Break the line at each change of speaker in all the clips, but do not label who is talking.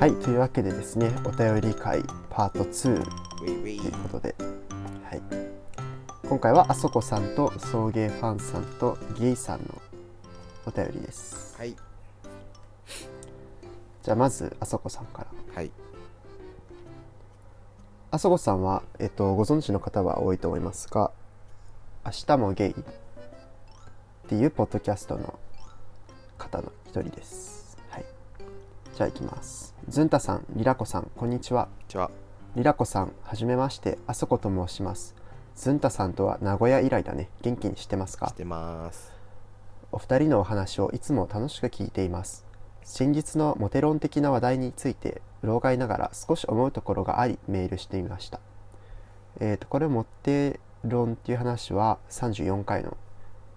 はいというわけでですねお便り会パート2ということで、はい、今回はあそこさんと送迎ファンさんとゲイさんのお便りです
はい
じゃあまずあそこさんから
はい
あそこさんは、えっと、ご存知の方は多いと思いますが「明日もゲイ」っていうポッドキャストの方の一人ですはいじゃあいきますずんたさんりらこさんこんにちは
じゃあ
りらこさん、はじめまして、あそこと申します。ずんたさんとは名古屋以来だね。元気にしてます
し
か
てます
お二人のお話をいつも楽しく聞いています。先日のモテ論的な話題について、うろがいながら少し思うところがあり、メールしてみました。えっ、と、これモテ論っていう話は34回の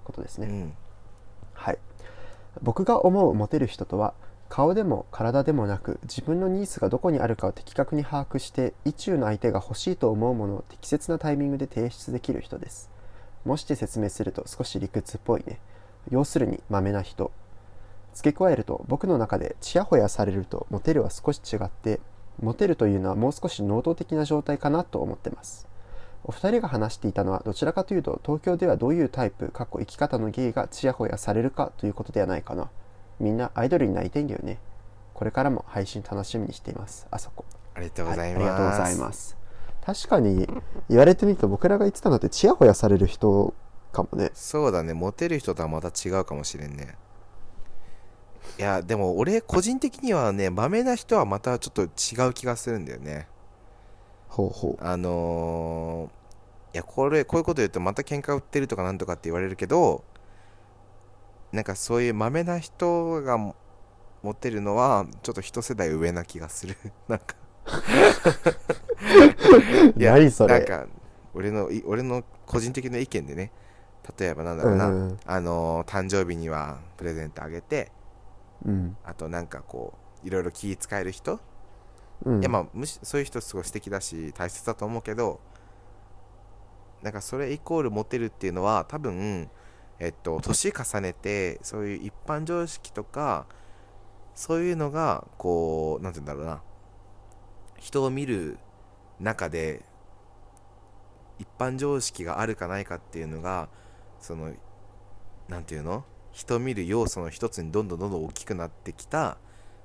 ことです
う
ね。
ん
はい、僕が思うモテる人とは顔でも体でもなく自分のニーズがどこにあるかを的確に把握して意中の相手が欲しいと思うものを適切なタイミングで提出できる人ですもして説明すると少し理屈っぽいね要するにマメな人付け加えると僕の中でチヤホヤされるとモテるは少し違ってモテるというのはもう少し能動的な状態かなと思ってますお二人が話していたのはどちらかというと東京ではどういうタイプかっこ生き方の芸がちやほやされるかということではないかなみんなアイドルになりたいんだよねこれからも配信楽しみにしていますあそこ
ありがとうござい
は
ます、
ありがとうございます確かに言われてみると僕らが言ってたのってちやほやされる人かもね
そうだねモテる人とはまた違うかもしれんねいやでも俺個人的にはねマメな人はまたちょっと違う気がするんだよね
ほうほう
あのーいやこれこういうこと言うとまた喧嘩売ってるとかなんとかって言われるけどなんかそういうマメな人がモテるのはちょっと一世代上な気がする なんかいや
何それ
なんか俺のい俺の個人的な意見でね例えばなんだ
う
ろうな、
んうん
あのー誕生日にはプレゼントあげて
うん
あとなんかこういろいろ気使える人、
うん
いやまあむしそういう人すごい素敵だし大切だと思うけどなんかそれイコールモテるっていうのは多分えっと年重ねてそういう一般常識とかそういうのがこうなんて言うんだろうな人を見る中で一般常識があるかないかっていうのがそのなんていうの人見る要素の一つにどんどんどんどん大きくなってきた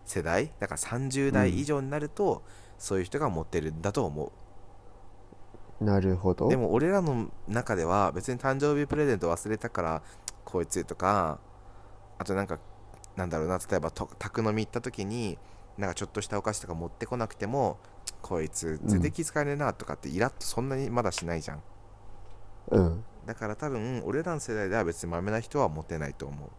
世代だから30代以上になると、そういう人がモテるんだと思
なるほ
う
ど
でも俺らの中では別に誕生日プレゼント忘れたからこいつとかあとなんかなんだろうな例えばと宅飲み行った時になんかちょっとしたお菓子とか持ってこなくてもこいつ全然気遣えねえなとかってイラッとそんなにまだしないじゃん
うん
だから多分俺らの世代では別にマメな人はモテないと思う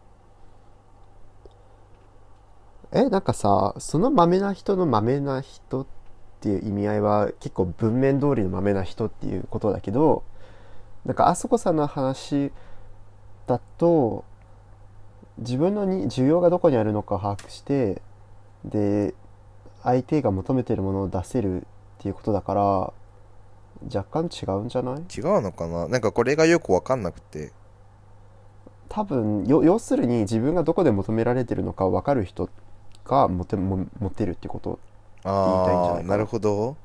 えなんかさそのマメな人のマメな人っていう意味合いは結構文面通りのマメな人っていうことだけどなんかあそこさんの話だと自分のに需要がどこにあるのか把握してで相手が求めてるものを出せるっていうことだから若干違うんじゃない
違うのかななんかこれがよく分かんなくて
多分よ要するに自分がどこで求められてるのか分かる人がモテモモテるってこと言いたいんじゃない
ああ
かな
なるほど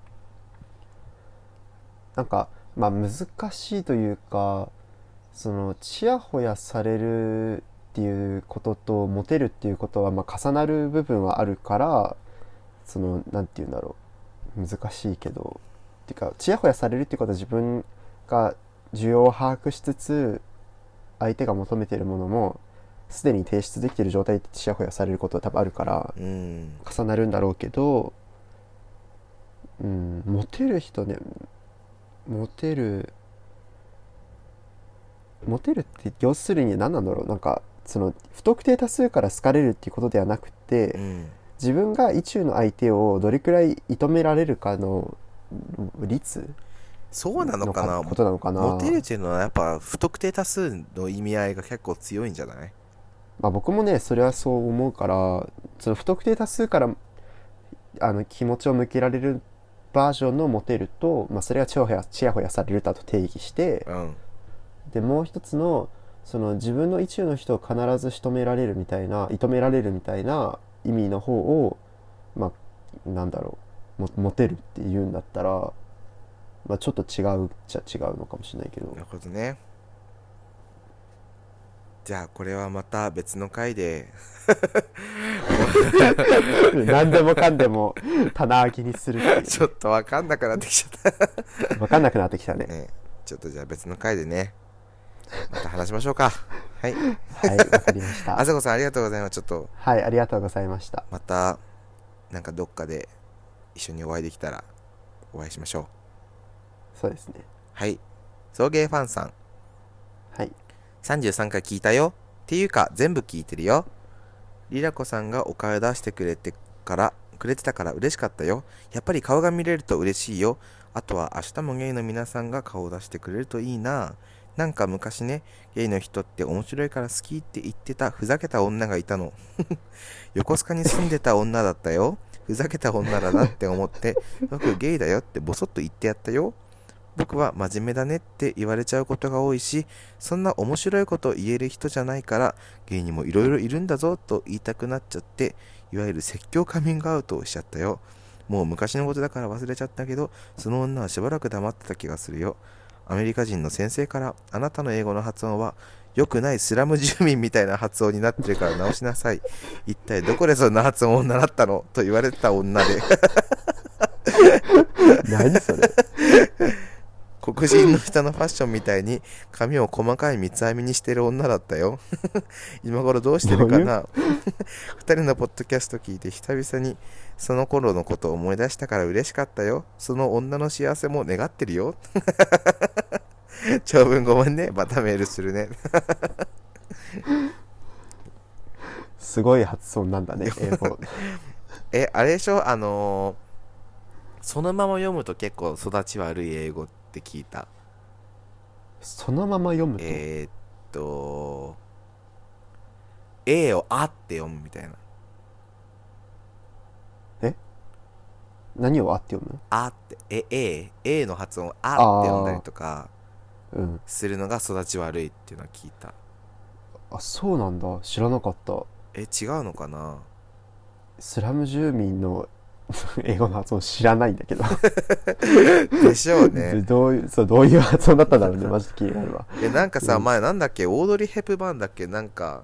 なんか、まあ、難しいというかそのちやほやされるっていうこととモテるっていうことは、まあ、重なる部分はあるからそのなんて言うんだろう難しいけどっていうかちやほやされるっていうことは自分が需要を把握しつつ相手が求めているものもすでに提出できている状態でちやほやされることは多分あるから
うん
重なるんだろうけど、うん、モテる人ねモテるモテるって要するに何なんだろうなんかその不特定多数から好かれるっていうことではなくて
うん
自分が意中の相手をどれくらい射止められるかの率
そうなのかな
のことなのかな
モテるっていうのはやっぱ不特定多数の意味合いが結構強いんじゃない
まあ、僕もねそれはそう思うからその不特定多数からあの気持ちを向けられるバージョンのモテると、まあ、それがちやほやちやほやされるだと定義して
うん
でもう一つのその自分の意中の人を必ず仕留められるみたいな射止められるみたいな意味の方を、まあ、なんだろうもモテるって言うんだったら、まあ、ちょっと違うっちゃ違うのかもしれない けど
なるほどねじゃあこれはまた別の回で
何でもかんでも棚上げにするってい
ちょっと分かんなくなってきちゃっ
う分かんなくなってきた
た
ね
ねちょっとじゃあ別の回でねまた話しましょうかはい
はいわかりまし
あ
た
さこさんありがとうございますちょっと
はいありがとうございました
またなんかどっかで一緒にお会いできたらお会いしましょう
そうですね
はい送迎ファンさん
はい
33回聞いたよっていうか全部聞いてるよリラコさんがお顔出してくれてからくれてたから嬉しかったよやっぱり顔が見れると嬉しいよあとは明日もゲイの皆さんが顔を出してくれるといいななんか昔ねゲイの人って面白いから好きって言ってたふざけた女がいたの 横須賀に住んでた女だったよふざけた女だなって思って僕ゲイだよってボソッと言ってやったよ僕は真面目だねって言われちゃうことが多いしそんな面白いこと言える人じゃないから芸人もいろいろいるんだぞと言いたくなっちゃっていわゆる説教カミングアウトをしちゃったよもう昔のことだから忘れちゃったけどその女はしばらく黙ってた気がするよアメリカ人の先生からあなたの英語の発音は良くないスラム住民みたいな発音になってるから直しなさい一体どこでそんな発音を習ったのと言われてた女で
何それ
黒人の人のファッションみたいに髪を細かい三つ編みにしてる女だったよ 今頃どうしてるかな 二人のポッドキャスト聞いて久々にその頃のことを思い出したから嬉しかったよその女の幸せも願ってるよ 長文ごめんねまたメールするね
すごい発音なんだね英語
えあれでしょあのーそのまま読むと結構育ち悪い英語って聞いた
そのまま読むと、
えー、っと A を「あ」って読むみたいな
何をあって読む
あって、え、え、えの発音、あって呼んだりとか
のうん
するのが育ち悪いっていうのは聞いた。
あそうなんだ知らなかった
え、違うのかな
スラム住民の 英語の発音知らないんだけど、
でしょう ね。
どういうそうどういう発音だったんだろうねマジで気になるわ
え、なんかさ、
うん
前なんだっけ、オードリー・ヘプバーンだっけ、なんか、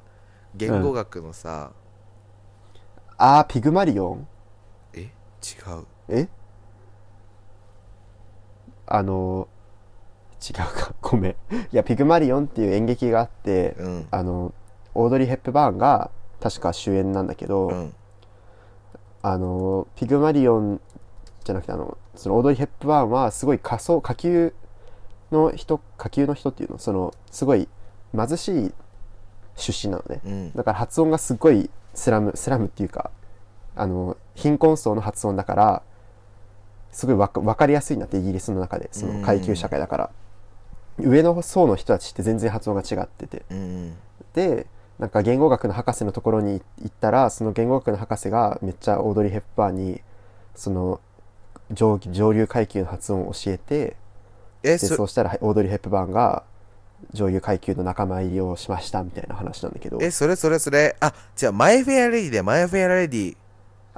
言語学のさ、
あーピグマリオン
え、違う。
えあの違うかごめんいやピグマリオンっていう演劇があって
うん。
あのオードリー・ヘップバーンが確か主演なんだけど、
うん。
あのピグマリオンじゃなくてあのそのオードリー・ヘップバーンはすごい仮想下級の人下級の人っていうのそのすごい貧しい出身なのね
うん。
だから発音がすごいスラムスラムっていうかあの貧困層の発音だからすごいわか分かりやすいなってイギリスの中でその階級社会だから、上の層の人たちって全然発音が違ってて
うん。
でなんか言語学の博士のところに行ったらその言語学の博士がめっちゃオードリー・ヘップバーンにその上上流階級の発音を教えて
え、
でそ
そう
したらオードリー・ヘップバーンが上流階級の仲間入りをしましたみたいな話なんだけど
え、それそれそれ。あ、じゃあ、マイ・フェア・レディで、マイ・フェア・レディ。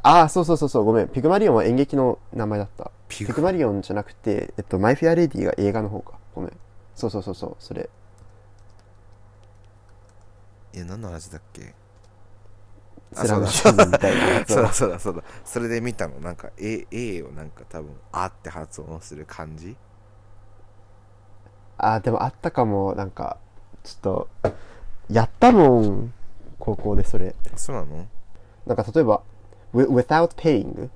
ああそうそうそうそうごめんピグマリオンは演劇の名前だった
ピ
ピ
グ
グマリオンじゃなくて、えっと、マイ・フェア・レディが映画の方かごめんそうそうそうそうそれ
え、何の話だっけあ
スラム
そ
シ
う
ー
だ
ンみたいなやつ
そう
を
だそうだそうだそれで見たのなんか A, A をなんか多分「あ」って発音する感じ
ああでもあったかもなんかちょっとやったもん高校でそれ
そうなの
なんか例えば「wi- without paying」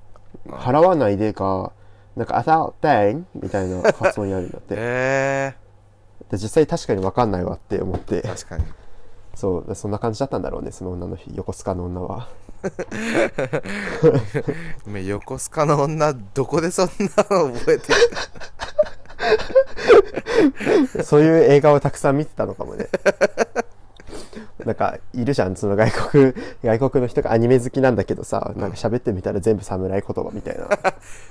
払わないでかなんか「without paying」みたいな発音になるんだってで
え
実際確かに分かんないわって思って
ー、確かに
そうそんな感じだったんだろうねその女の日横須賀の女は
今横須賀の女どこでそんなの覚えてる
そういう映画をたくさん見てたのかもね。なんかいるじゃんその外国外国の人がアニメ好きなんだけどさなんか喋ってみたら全部侍言葉みたいな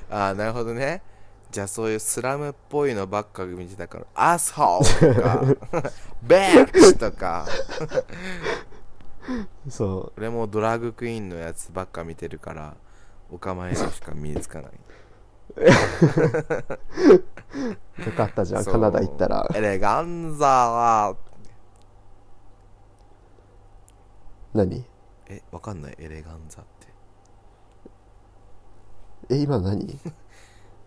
ああなるほどねじゃあそういうスラムっぽいのばっか見てたから「アスホー」と か「ベッチ」とか
そ
俺もドラァグクイーンのやつばっか見てるからお構いなしか身につかない
よかったじゃん
そう
カナダ行ったら
エレガンザは
何
えわかんないエレガンザって
え今の何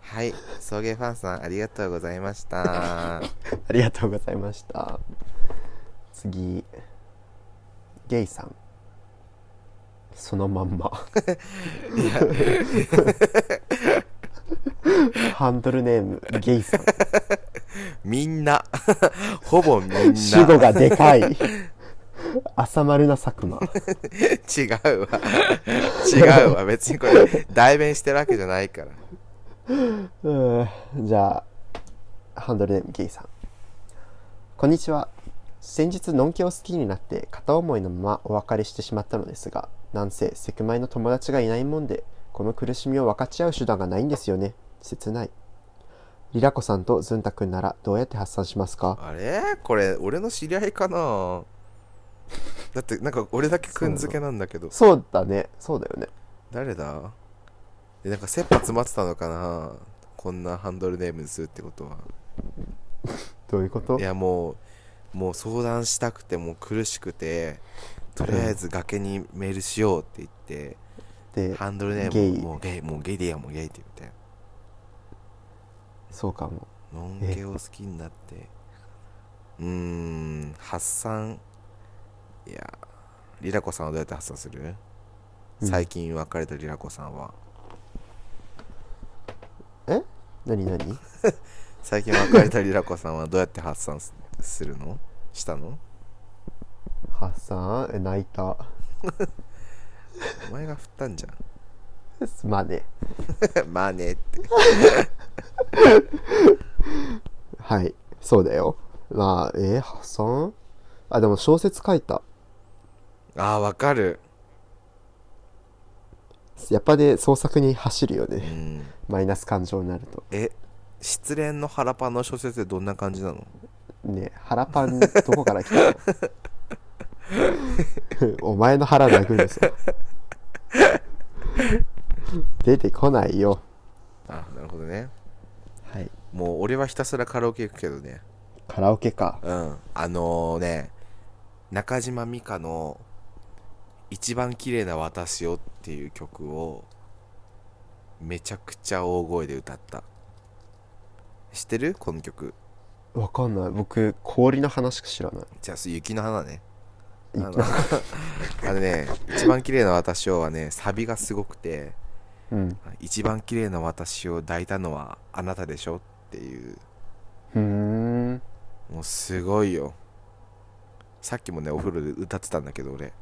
はい送迎ファンさんありがとうございました
ありがとうございました次ゲイさんそのまんまハンドルネームゲイさん
みんな ほぼみんな
主語がでかい 浅丸な佐久間
違うわ違うわ別にこれ代弁してるわけじゃないから
うーんじゃあハンドルネームゲイさんこんにちは先日のんけを好きになって片思いのままお別れしてしまったのですがなんせセクマイの友達がいないもんでこの苦しみを分かち合う手段がないんですよね切ないリラコさんとズンタくんならどうやって発散しますか
あれこれ俺の知り合いかなだってなんか俺だけくんづけなんだけど
そうだねそうだよね
誰だえなんか切羽詰まってたのかなこんなハンドルネームにするってことは
どういうこと
いやもうもう相談したくてもう苦しくてとりあえず崖にメールしようって言って、
で
ハンドルネー
ゲ
ム
イ
ももうゲイもうゲイでいいやもうゲイって言って
そうかも
のんけを好きになってうーん発散いやリラコさんはどうやって発散する、
うん
最近別れたリラコさんは
何何
最近別れたリラコさんはどうやって発散すするのしたの
発散え泣いた
お前が振ったんじ
まあね
ゃん まあねって
はい、そうだよ。まあ、えー、破産あ、でも小説書いた。
ああわかる
やっぱね、創作に走るよ
う
ね。
ん
マイナス感情になると。
え失恋の腹パンの小説ってどんな感じなの
ね腹パン、どこから来たのお前の 腹殴るぞ。 出てこないよ。
あなるほどね
はい。
もう俺はひたすらカラオケ行くけどね
カラオケか。
うんあのね中島美嘉の「一番綺麗な私を」っていう曲をめちゃくちゃ大声で歌った知ってるこの曲
わかんない。僕、氷の話しか知らない。
じゃあ雪の花ねあ
雪
のあのね「一番綺麗な私を」はねサビがすごくて
うん。
「一番綺麗な私を抱いたのはあなたでしょ」っていう
ふーん。
もうすごいよさっきもねお風呂で歌ってたんだけど俺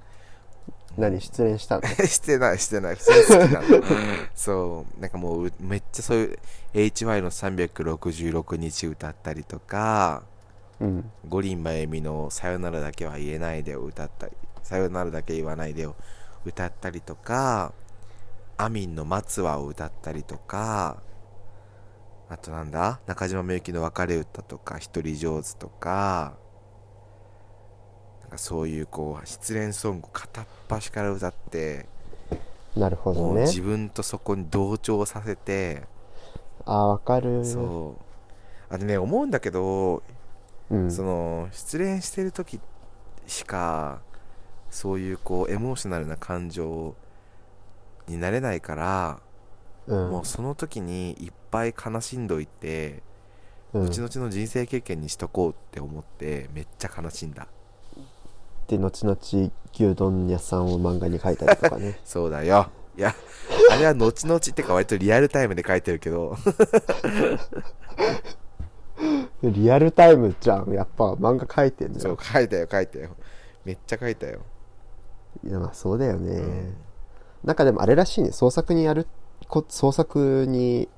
何、失恋したの
してないしてない普通に好きなのそうなんかもううめっちゃそういう HY の366日歌ったりとか
うん。
五輪真由美の「さよならだけは言えないで」を歌ったり「さよならだけ言わないで」を歌ったりとかアミンの「松葉」を歌ったりとかあとなんだ中島みゆきの「別れ歌」とか「一人上手」とかなんかそういうこう失恋ソングを片っ端から歌って
なるほ
も
ど
う
ね。
自分とそこに同調させて、
あ、わかる。
そうあのね思うんだけど、
うん。
その失恋してる時しかそういうこうエモーショナルな感情になれないから、
うん。
もうその時にいっぱい悲しんどいて、
うん
後々の人生経験にしとこうって思ってめっちゃ悲しんだ
で後々牛丼屋さんを漫画に描いたりとかね
そうだよいやあれは後々ってか割とリアルタイムで書いてる けど
リアルタイムじゃんやっぱ漫画描いてんの
そう
よ
書いたよ書いたよめっちゃ書いたよ、
いやまあそうだよね、
うん
なんかでもあれらしいね創作にやるこ創作に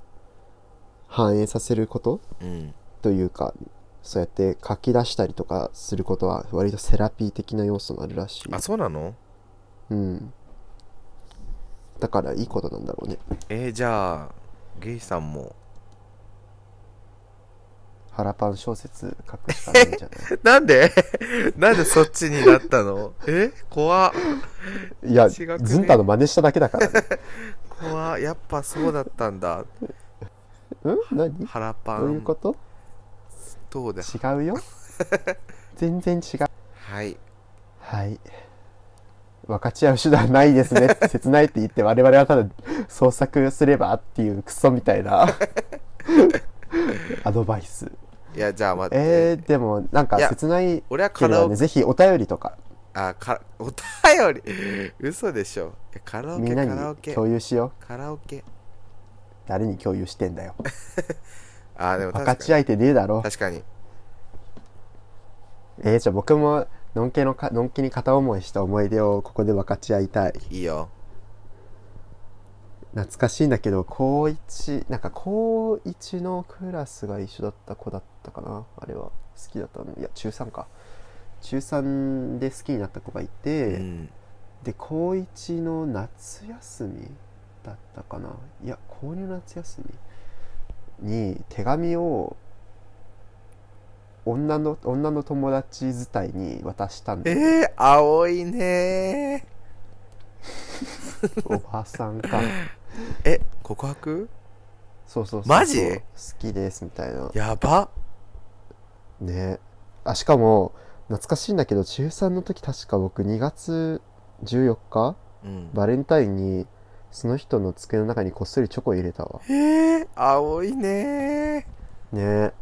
反映させること
うん
というかそうやって書き出したりとかすることは割とセラピー的な要素があるらしい
あそうなの
うんだからいいことなんだろうね
えーじゃあゲイさんも
腹パン小説書くしかないん じゃな
なんでなんでそっちにな ったのえ怖っ
いいや
違くね
ズンタの真似しただけだからね
うわやっぱそうだったんだ
うん何
腹パ
どういう
ン
こと
どうだ
違うよ全然違う
はい
はい分かち合う手段ないです ね切ないって言って我々はただ創作すればっていうクソみたい なアドバイス
いやじゃあ待って、
えー、でもなんか
いや
切ない
俺は
け
カ
れ
ラ
ば
オ
ね
ケ
ぜひお便りとか
あかお便り 嘘でしょいやカラオ
み
ケ
んな
カ
に
ラオケ
共有しよう
カラオケ
誰に共有してんだよ
あでも
分
確
か
か
ち
に
合えてねえだろ
確かに
えー、じゃあ僕ものんけのかのんけに片思いした思い出をここで分かち合いたい
いいよ
懐かしいんだけど高1なんか高1のクラスが一緒だった子だったかなあれは好きだったのいや中3か中3で好きになった子がいて、
うん
で高1の夏休みだったかないや高2の夏休みに手紙を女の女の友達伝いに渡したん
え
で
ー、青いね
おばさんか
ーえ告白
そうそうそうそう
マジ
好きですみたいな
やば
ねあしかも懐かしいんだけど中3の時確か僕2月14日
うん
バレンタインにその人の机の中にこっそりチョコ入れたわ
えー、青いね
ね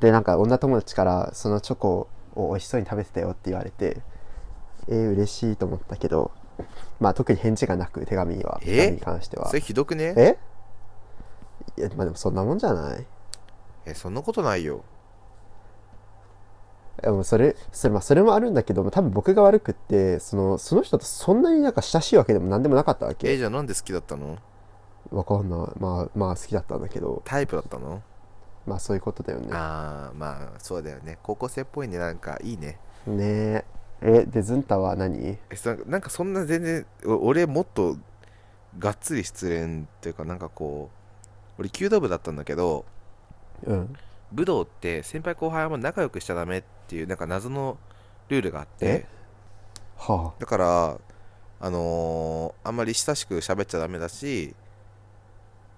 でなんか女友達からそのチョコを美味しそうに食べてたよって言われてえー、嬉しいと思ったけどまあ特に返事がなく手紙は
え
手紙に関して
ー
は
それひどくね
えいやまあでもそんなもんじゃない
えそんなことないよ
でもそれそれ,、まあ、それもあるんだけど多分僕が悪くってそのその人とそんなになんか親しいわけでも何でもなかったわ
え
け
じゃあなんで好きだったの
わかんないまあまあ好きだったんだけど
タイプだったの
まあそういうことだよね
ああまあそうだよね高校生っぽいねなんかいいね
ねええでズンタは何
えそなんかそんな全然お俺もっとがっつり失恋っていうかなんかこう俺弓道部だったんだけど
うん
武道って先輩後輩はもう仲良くしちゃダメっていうなんか謎のルールがあって
えは
だからあのーあんまり親しく喋っちゃダメだし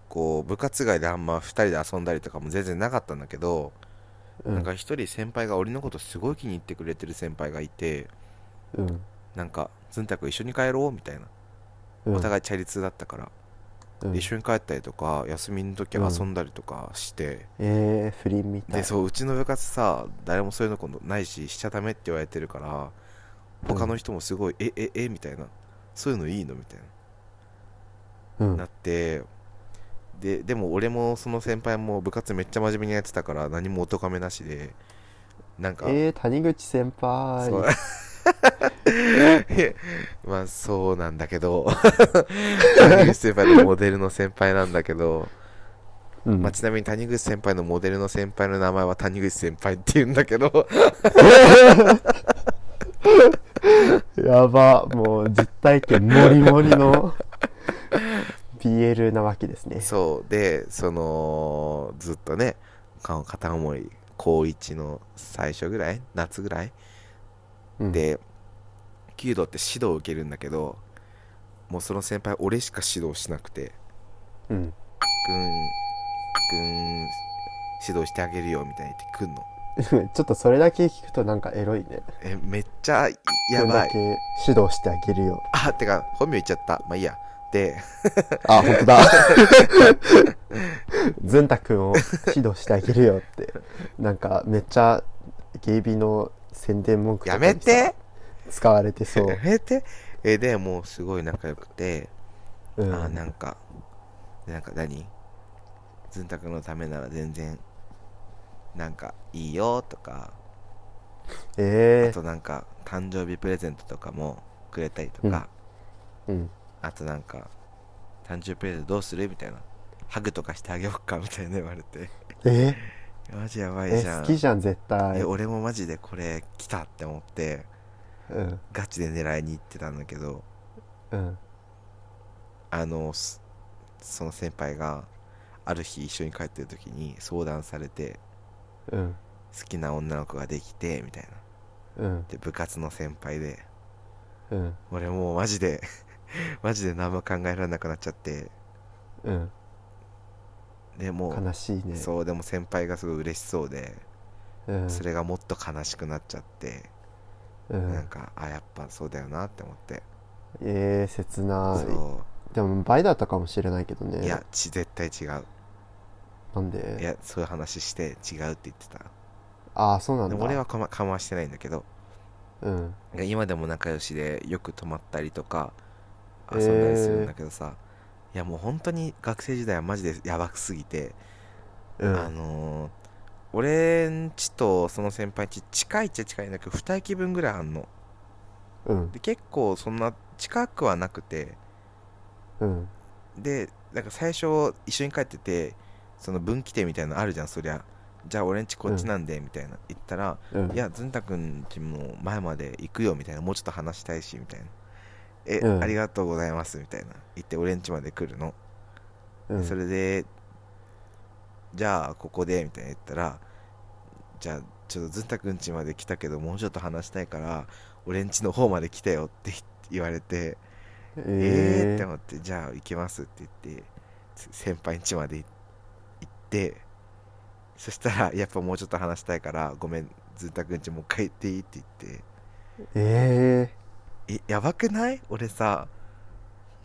こう部活外であんま2人で遊んだりとかも全然なかったんだけど、
あう
なん
ん
か一人先輩が俺のことすごい気に入ってくれてる先輩がいて
うん
なんか「ずんたく一緒に帰ろう」みたいな、
うん
お互いチャリ通だったから、
うん
一緒に帰ったりとか休みの時遊んだりとかして、
えー、不倫みたい
でそううちの部活さ誰もそういうのことないししちゃダメって言われてるから他の人もすごい「えええみたいなそういうのいいのみたいな。
うん
なってででも俺もその先輩も部活めっちゃ真面目にやってたから何もおとがめなしでなんか、
えー、谷口先輩
そうまあそう なんだけど谷口先輩のモデルの先輩なんだけど、
うん
まあ、ちなみに谷口先輩のモデルの先輩の名前は谷口先輩って言うんだけど
やばもう実体験もりもり の BL なわけですね
そうでそのずっとねか片思い高1の最初ぐらい夏ぐらい
うん
で弓道って指導を受けるんだけどもうその先輩俺しか指導しなくて
うん
ぐんぐん指導してあげるよみたいに言ってくんの
ちょっとそれだけ聞くとなんかエロいね。
えめっちゃいや
それ
ば
だ
い
け指導してあげるよ。
あてか本名言っちゃったまあいいや で
あ、本当 だ。ずんたくんを指導してあげるよって。なんかめっちゃゲイビの宣伝文句と
や
かに
め
さ
て
使われてそ
や
う。
めてえでもうすごい仲良くて、
うん、
あなんかなんか何ずんたくんのためなら全然なんかいいよとかあ
え
となんか誕生日プレゼントとかもくれたりとか、
えうん。
あとなんか誕生日プレゼントどうするみたいなハグとかしてあげようかみたいな言われて
え
マジやばい
え
じゃん
好きじゃん絶対
え。俺もマジでこれ来たって思って
うん。
ガチで狙いに行ってたんだけど
うん。
あのすその先輩がある日一緒に帰ってる時に相談されて
うん。
好きな女の子ができてみたいな
うん。
で部活の先輩で
うん。
俺もうマジでマジで何も考えられなくなっちゃって
うん
でも
悲しいね
そうでも先輩がすごい嬉しそうで、
うん
それがもっと悲しくなっちゃって、
うん
なんかあやっぱそうだよなって思って、
えー、切な
そ
いでも倍だったかもしれないけど
う
ね
いやち絶対違う
なん
い
で
やそういう話して違うって言ってた
ああそうなん
で
だ
も俺はかまかましてないんだけど
うん
今でも仲良しでよく泊まったりとか
へー
遊んだりするんだけどさ、いやもう本当に学生時代はマジでやばくすぎて、
うん
あのー俺んちとその先輩んち近いっちゃ近いんだけど2駅分ぐらいあんの
うん
で結構そんな近くはなくて
うん
でなんか最初一緒に帰っててその分岐点みたいなのあるじゃんそりゃじゃあ俺んちこっちなんで、みたいな言ったら
うん
いや、ずんたくんちも前まで行くよみたいな、もうちょっと話したいしみたいな。え、
うん
ありがとうございますみたいな。行って俺ん家まで来るの。
うん
それで、じゃあここでみたいな言ったら、じゃあちょっとずんたくんちまで来たけど、もうちょっと話したいから、俺ん家の方まで来てよって言言われて、えー、って思って、じゃあ行きますって言って、つ先輩ん家まで行行って、そしたら、やっぱもうちょっと話したいから、ごめん、ずんたくんちもう一回行っていいって言って、
え
え、やばくない俺さ、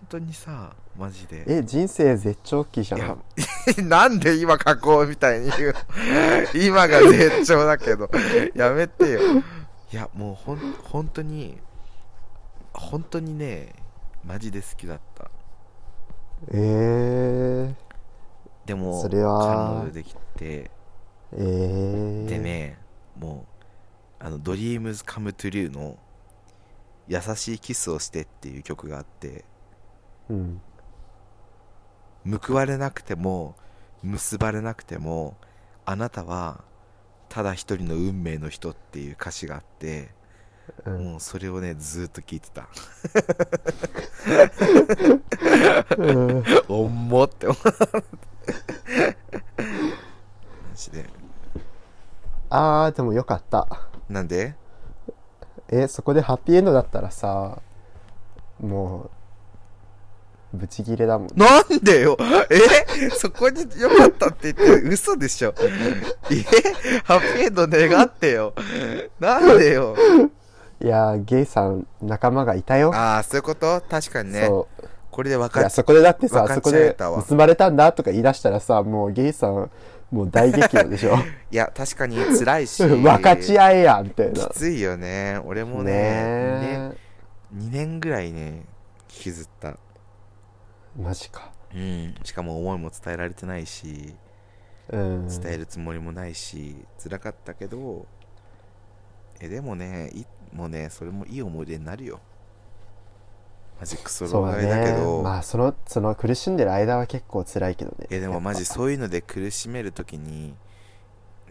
本当にさ、マジ
ー、
で。
え人生絶頂期じゃ
いや
ん
なんで今書こうみたいに言う 今が絶頂だけどやめてよいやもうほん本当に本当にねマジで好きだった
えー、
でも
それは
彼女できて
えー、
でね、もう、あの、ドリームズカムトゥリューの、優しいキスをしてっていう曲があって、
うん
報われなくても、結ばれなくても、あなたは、ただ一人の運命の人っていう歌詞があって、
うん
もうそれをね、ずーっと聞いてた。
うん
おんもって思って。マジで。
あーでもよかった
なんで
えそこでハッピーエンドだったらさもうブチギレだもん
なんでよえそこに良かったって言って嘘でしょえハッピーエンド願ってよなんでよ
いやーゲイさん仲間がいたよ、
ああ、そういうこと確かにね。
そ
これで分
うい
か
や
っ
そこでだってさ
分かっ
そこ
ちゃえ
で
たわ
結ばれたんだとか言い出したらさもうゲイさんもう大激怒でしょ
いや、確かに辛い し。
分かち合えやみたい
き
な
ついよね。俺もね
ね
ね、
え
2年ぐらいね、引きずった。
マジか
うん。しかも思いも伝えられてないし、
うん
伝えるつもりもないし、辛かったけど、え、でもね、いもうね、それもいい思い出になるよ。マジクソ
そ
老
うだ
害だけ
ね
ど、
まあそのその苦しんでる間は結構辛いけどね
え、でもマジ
やっ
そういうので苦しめるときに、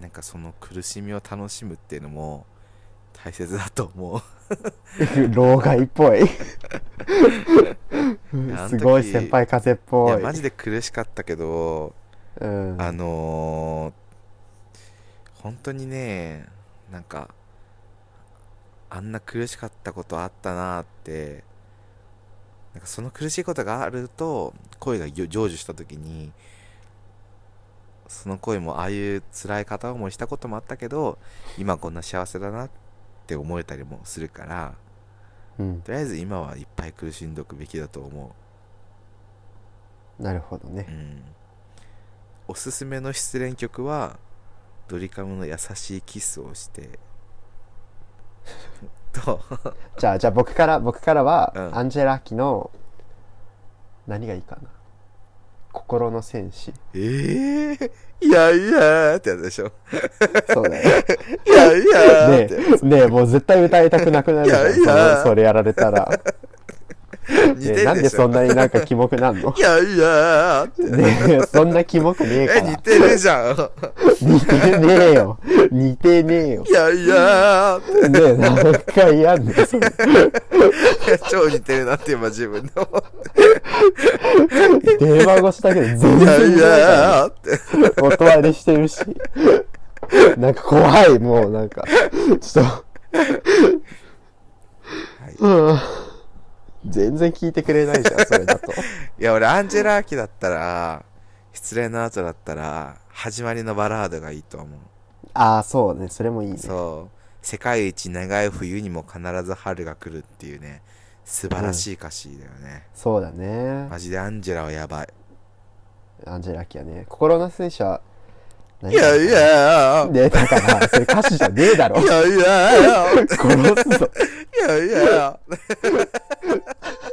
なんかその苦しみを楽しむっていうのも大切だと思う。
ぱ 老害っぽい
いやあの時
すごい先輩風っ
い
ぽい
や、マジで苦しかったけど、
うん
あのー本当にね、なんか、あんな苦しかったことあったなーって、なんかその苦しいことがあると、恋が成就したときに、その恋もああいう辛い片思いしたこともあったけど、今こんな幸せだなって思えたりもするから、
うん
とりあえず今はいっぱい苦しんどくべきだと思う。
なるほどね
うん、おすすめの失恋曲はドリカムの「優しいキスをして」 と
じゃあ、じゃあ僕から、僕からは、
うん
アンジェラ・アキの、何がいいかな。心の戦士。
「えー、いやいや」ってやつでしょ
そうだ よ。
「いやいや」っ
ね
て、
え、ねえ、もう絶対歌いたくなくなるじゃん。
いやいや
そのそれやられた ら。
似て
ねえ、な
る
ん
で
で
し
そ
ょ
んなになんかキモくなん の
「いやいや」って
ねえ、そんなキモくねえか
え似
ら。
てるじゃん
似てねえよ。似てねえよ
「い。やいや」って
ねえ、何回やんのそれ。
超似てるなって今自分でも
電話越しだけど全
「いや
然違
いう
から。
や」って
音割れしてるし。なんか怖い、もうなんか。ちょっと。
はい
うん。全然聞いてくれないじゃん、それだと。
いや、俺、アンジェラ・アキだったら、失恋の後だったら、始まりのバラードがいいと思う。
ああ、そうね、それもいいね。
そう。世界一長い冬にも必ず春が来るっていうね、素晴らしい歌詞だよね。
そうだね。
マジでアンジェラはやばい。
アンジェラ・アキはね、心の戦車、
いやいや
ね、だから、それ歌詞じゃねえだろ
い。やいやい
殺すぞ。
やいや
ね、何回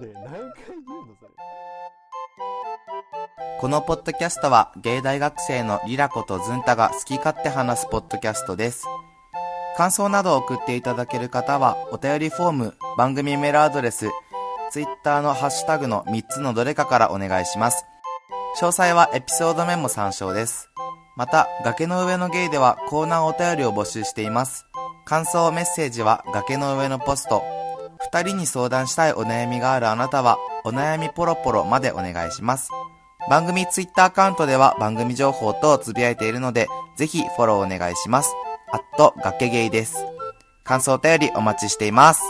言うのそれ。
このポッドキャストは芸大学生のリラコとズンタが好き勝手話すポッドキャストです。感想などを送っていただける方はお便りフォーム、番組メールアドレス、ツイッターのハッシュタグの3つのどれかからお願いします。詳細はエピソードメモ参照です。また、崖の上のゲイではコーナーお便りを募集しています。感想メッセージは崖の上のポスト。二人に相談したいお悩みがあるあなたは、お悩みポロポロまでお願いします。番組ツイッターアカウントでは番組情報とつぶやいているので、ぜひフォローお願いします。あっと、崖ゲイです。感想お便りお待ちしています。